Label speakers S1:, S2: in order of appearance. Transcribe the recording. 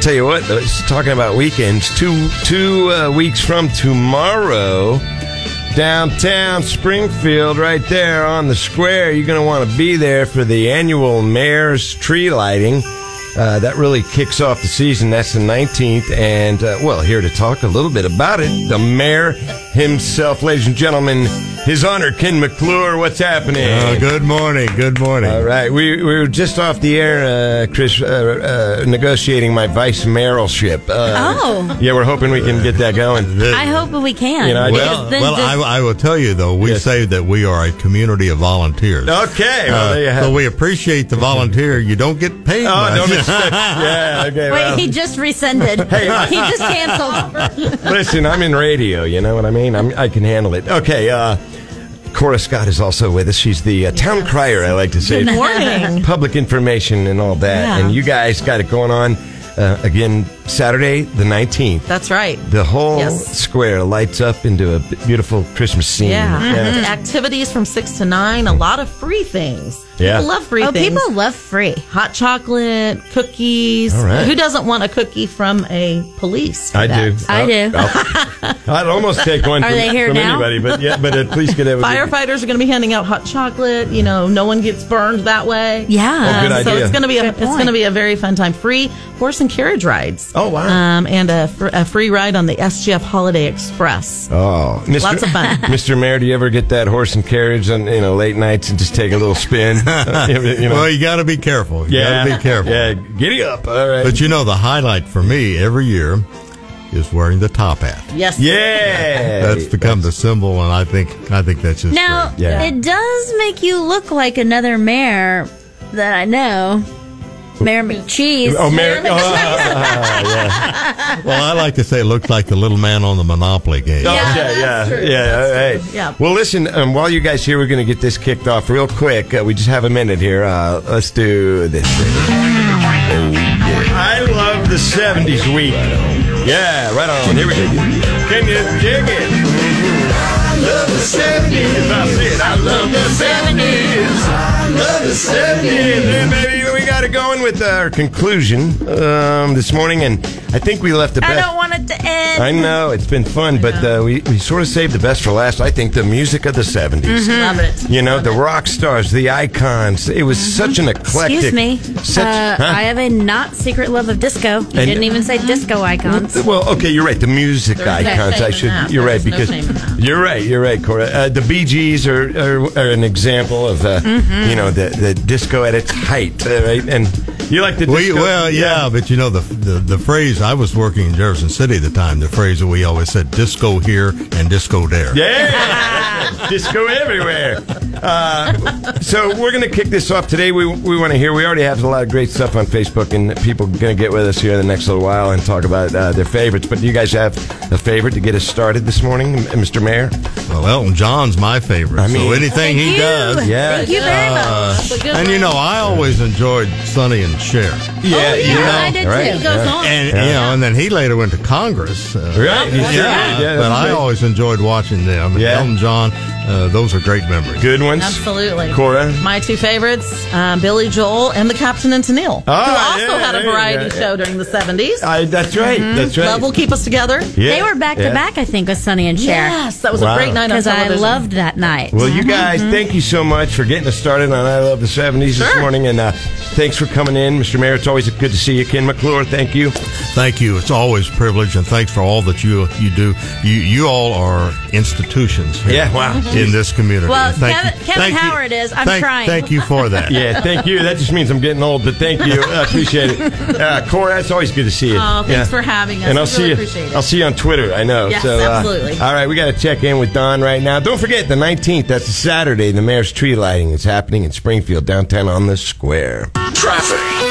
S1: tell you what, though, it's talking about weekends. Two two uh, weeks from tomorrow, downtown Springfield, right there on the square. You're going to want to be there for the annual mayor's tree lighting. Uh, that really kicks off the season. That's the 19th. And, uh, well, here to talk a little bit about it, the mayor himself, ladies and gentlemen, his honor, Ken McClure. What's happening?
S2: Uh, good morning. Good morning.
S1: All right, we, we were just off the air, uh, Chris, uh, uh, negotiating my vice mayoralship. Uh,
S3: Oh.
S1: yeah, we're hoping we can get that going.
S2: The-
S3: I hope we can.
S1: You know, I-
S2: well,
S3: because then
S2: well
S3: the-
S2: I, I will tell you though, we
S1: Yes.
S2: say that we are a community of volunteers.
S1: Okay, well,
S2: Uh,
S1: there you have.
S2: so
S1: it.
S2: we appreciate the volunteer. You don't get paid.
S1: oh,
S2: much.
S1: don't expect. Yeah, okay. well,
S3: wait, he just rescinded. he just canceled.
S1: listen, I'm in radio. You know what I mean? I'm, I can handle it. Okay. Uh, Cora Scott is also with us. She's the uh, town crier. I like to say.
S4: morning.
S1: public information and all that.
S4: Yeah.
S1: And you guys got it going on uh, again Saturday the 19th.
S4: That's right.
S1: The whole
S4: Yes.
S1: square lights up into a b- beautiful Christmas scene.
S4: Yeah. Mm-hmm. Activities from 6 to 9, a lot of free things.
S1: Yeah.
S4: People love free
S3: oh,
S4: things.
S3: people love free.
S4: Hot chocolate, cookies.
S1: All right.
S4: Who doesn't want a cookie from a police? for
S1: I
S4: that?
S1: do.
S3: I do.
S1: oh, I'll-
S4: Mm-hmm.
S1: I'd almost take one
S3: Are
S1: from,
S3: they here
S1: from
S3: now?
S1: anybody, but yeah, but at least get it.
S4: Firefighters are going to be handing out hot chocolate. You know, no one gets burned that way.
S1: Oh,
S3: Yeah.
S1: good
S4: Um, so
S1: idea.
S4: it's going to be a,
S3: Good
S4: it's
S3: point.
S4: going to be a very fun time. Free horse and carriage rides.
S1: Oh, wow.
S4: Um, and a, fr- a free ride on the SGF Holiday Express.
S1: Oh, Mr.
S4: Lots of fun.
S1: Mr. Mayor, do you ever get that horse and carriage on you know late nights and just take a little spin? You know?
S2: Well, you got to be careful. You got to be careful.
S1: Yeah, giddy up. All right.
S2: But you know, the highlight for me every year is wearing the top hat.
S4: Yes.
S1: yeah,
S2: That's become the symbol, and I think I think that's just
S3: Now,
S2: great.
S1: Yeah.
S3: it does make you look like another mayor that I know. Mayor McCheese.
S1: Oh, Mayor. Oh,
S2: Well, I like to say it looks like the little man on the Monopoly game.
S1: Yeah,
S4: that's
S1: okay, yeah,
S4: true.
S1: yeah,
S4: That's
S1: all right.
S4: true. Yeah.
S1: Well, listen, um, while you guys here, we're going to get this kicked off real quick. Uh, we just have a minute here. Uh, let's do this. Oh, I love the 70s week. Yeah, right on. Here we go. Can you dig it? I love the 70s. I see it. I love the 70s. I love the 70s. And maybe we got it going with our conclusion um, this morning, and I think we left the
S3: I
S1: best.
S3: don't want it to end.
S1: I know it's been fun, but uh, we, we sort of saved the best for last. I think the music of the 70s
S4: Mm-hmm. Love it. Mm-hmm.
S1: You know, the rock stars, the icons. It was such an eclectic.
S3: Excuse me.
S1: Such,
S3: uh,
S1: huh?
S3: I have a not secret love of disco. You
S1: And-
S3: didn't even say disco icons.
S1: well, okay, you're right. The music
S4: There's no
S1: icons.
S4: shame
S1: I
S4: in
S1: should.
S4: that.
S1: You're right
S4: There's no
S1: because
S4: shame in that.
S1: you're right. You're right, Cora. Uh, the Bee Gees are, are, are an example of uh,
S4: Mm-hmm.
S1: you know the, the disco at its height, uh, right? And you like the disco?
S2: We, well, yeah, but you know the, the the phrase I was working in Jefferson City at the time. The phrase that we always said, "Disco here and disco there."
S1: Yeah, disco everywhere. Uh, so we're going to kick this off today. We we want to hear. We already have a lot of great stuff on Facebook, and people going to get with us here in the next little while and talk about uh, their favorites. But do you guys have a favorite to get us started this morning, M- Mr. Mayor?
S2: Well, Elton John's my favorite.
S1: I mean-
S2: so anything
S3: Thank
S2: he
S3: you.
S2: does.
S1: Yeah.
S3: Thank you very much.
S1: Uh,
S2: And you know, I always enjoyed Sonny and Cher.
S1: Yeah,
S3: yeah, I did
S1: right?
S3: too.
S4: Goes on.
S2: And you know, and then he later went to Congress. uh,
S1: Right, you
S2: Yeah,
S1: sure did. Yeah,
S2: but
S1: that's
S2: I
S1: right.
S2: always enjoyed watching them. And
S1: Yeah.
S2: Elton John, uh, those are great memories.
S1: Good ones.
S4: Absolutely.
S1: Cora?
S4: My two favorites, um, Billy Joel and the Captain and Tennille,
S1: Ah,
S4: who also
S1: yeah,
S4: had
S1: there
S4: a
S1: you
S4: variety
S1: go.
S4: show during the 70s.
S1: I, that's right. That's right.
S4: Love Will Keep Us Together.
S1: Yeah,
S3: They were back
S1: yeah.
S3: to back, I think, with Sonny and Cher.
S4: Yes, that was
S1: Wow.
S4: a great night on
S3: Because I
S4: television.
S3: loved that night.
S1: Well, you guys, thank you so much for getting us started on I Love the 70s this
S4: Sure.
S1: morning. And uh, thanks for coming in, Mr. Mayor. It's always good to see you. Ken McClure, thank you.
S2: Thank you. It's always a privilege, and thanks for all that you you do. You you all are institutions. here
S1: Yeah, wow.
S2: In this community.
S3: Well,
S2: And thank
S3: Kevin-
S2: you-
S3: Kevin
S2: thank you-
S3: Howard is. I'm
S2: thank-
S3: trying.
S2: Thank you for that.
S1: Yeah, thank you. That just means I'm getting old, but thank you. I appreciate it. Uh, Cora, it's always good to see you.
S4: Oh, thanks for having us.
S1: And I'll
S4: We
S1: see
S4: really
S1: you.
S4: appreciate it.
S1: I'll see you on Twitter. I know.
S4: Yes,
S1: so, uh,
S4: absolutely.
S1: All right, we got to check in with Don right now. Don't forget the 19th. That's a Saturday. The mayor's tree lighting is happening in Springfield, downtown on the square.
S5: Traffic.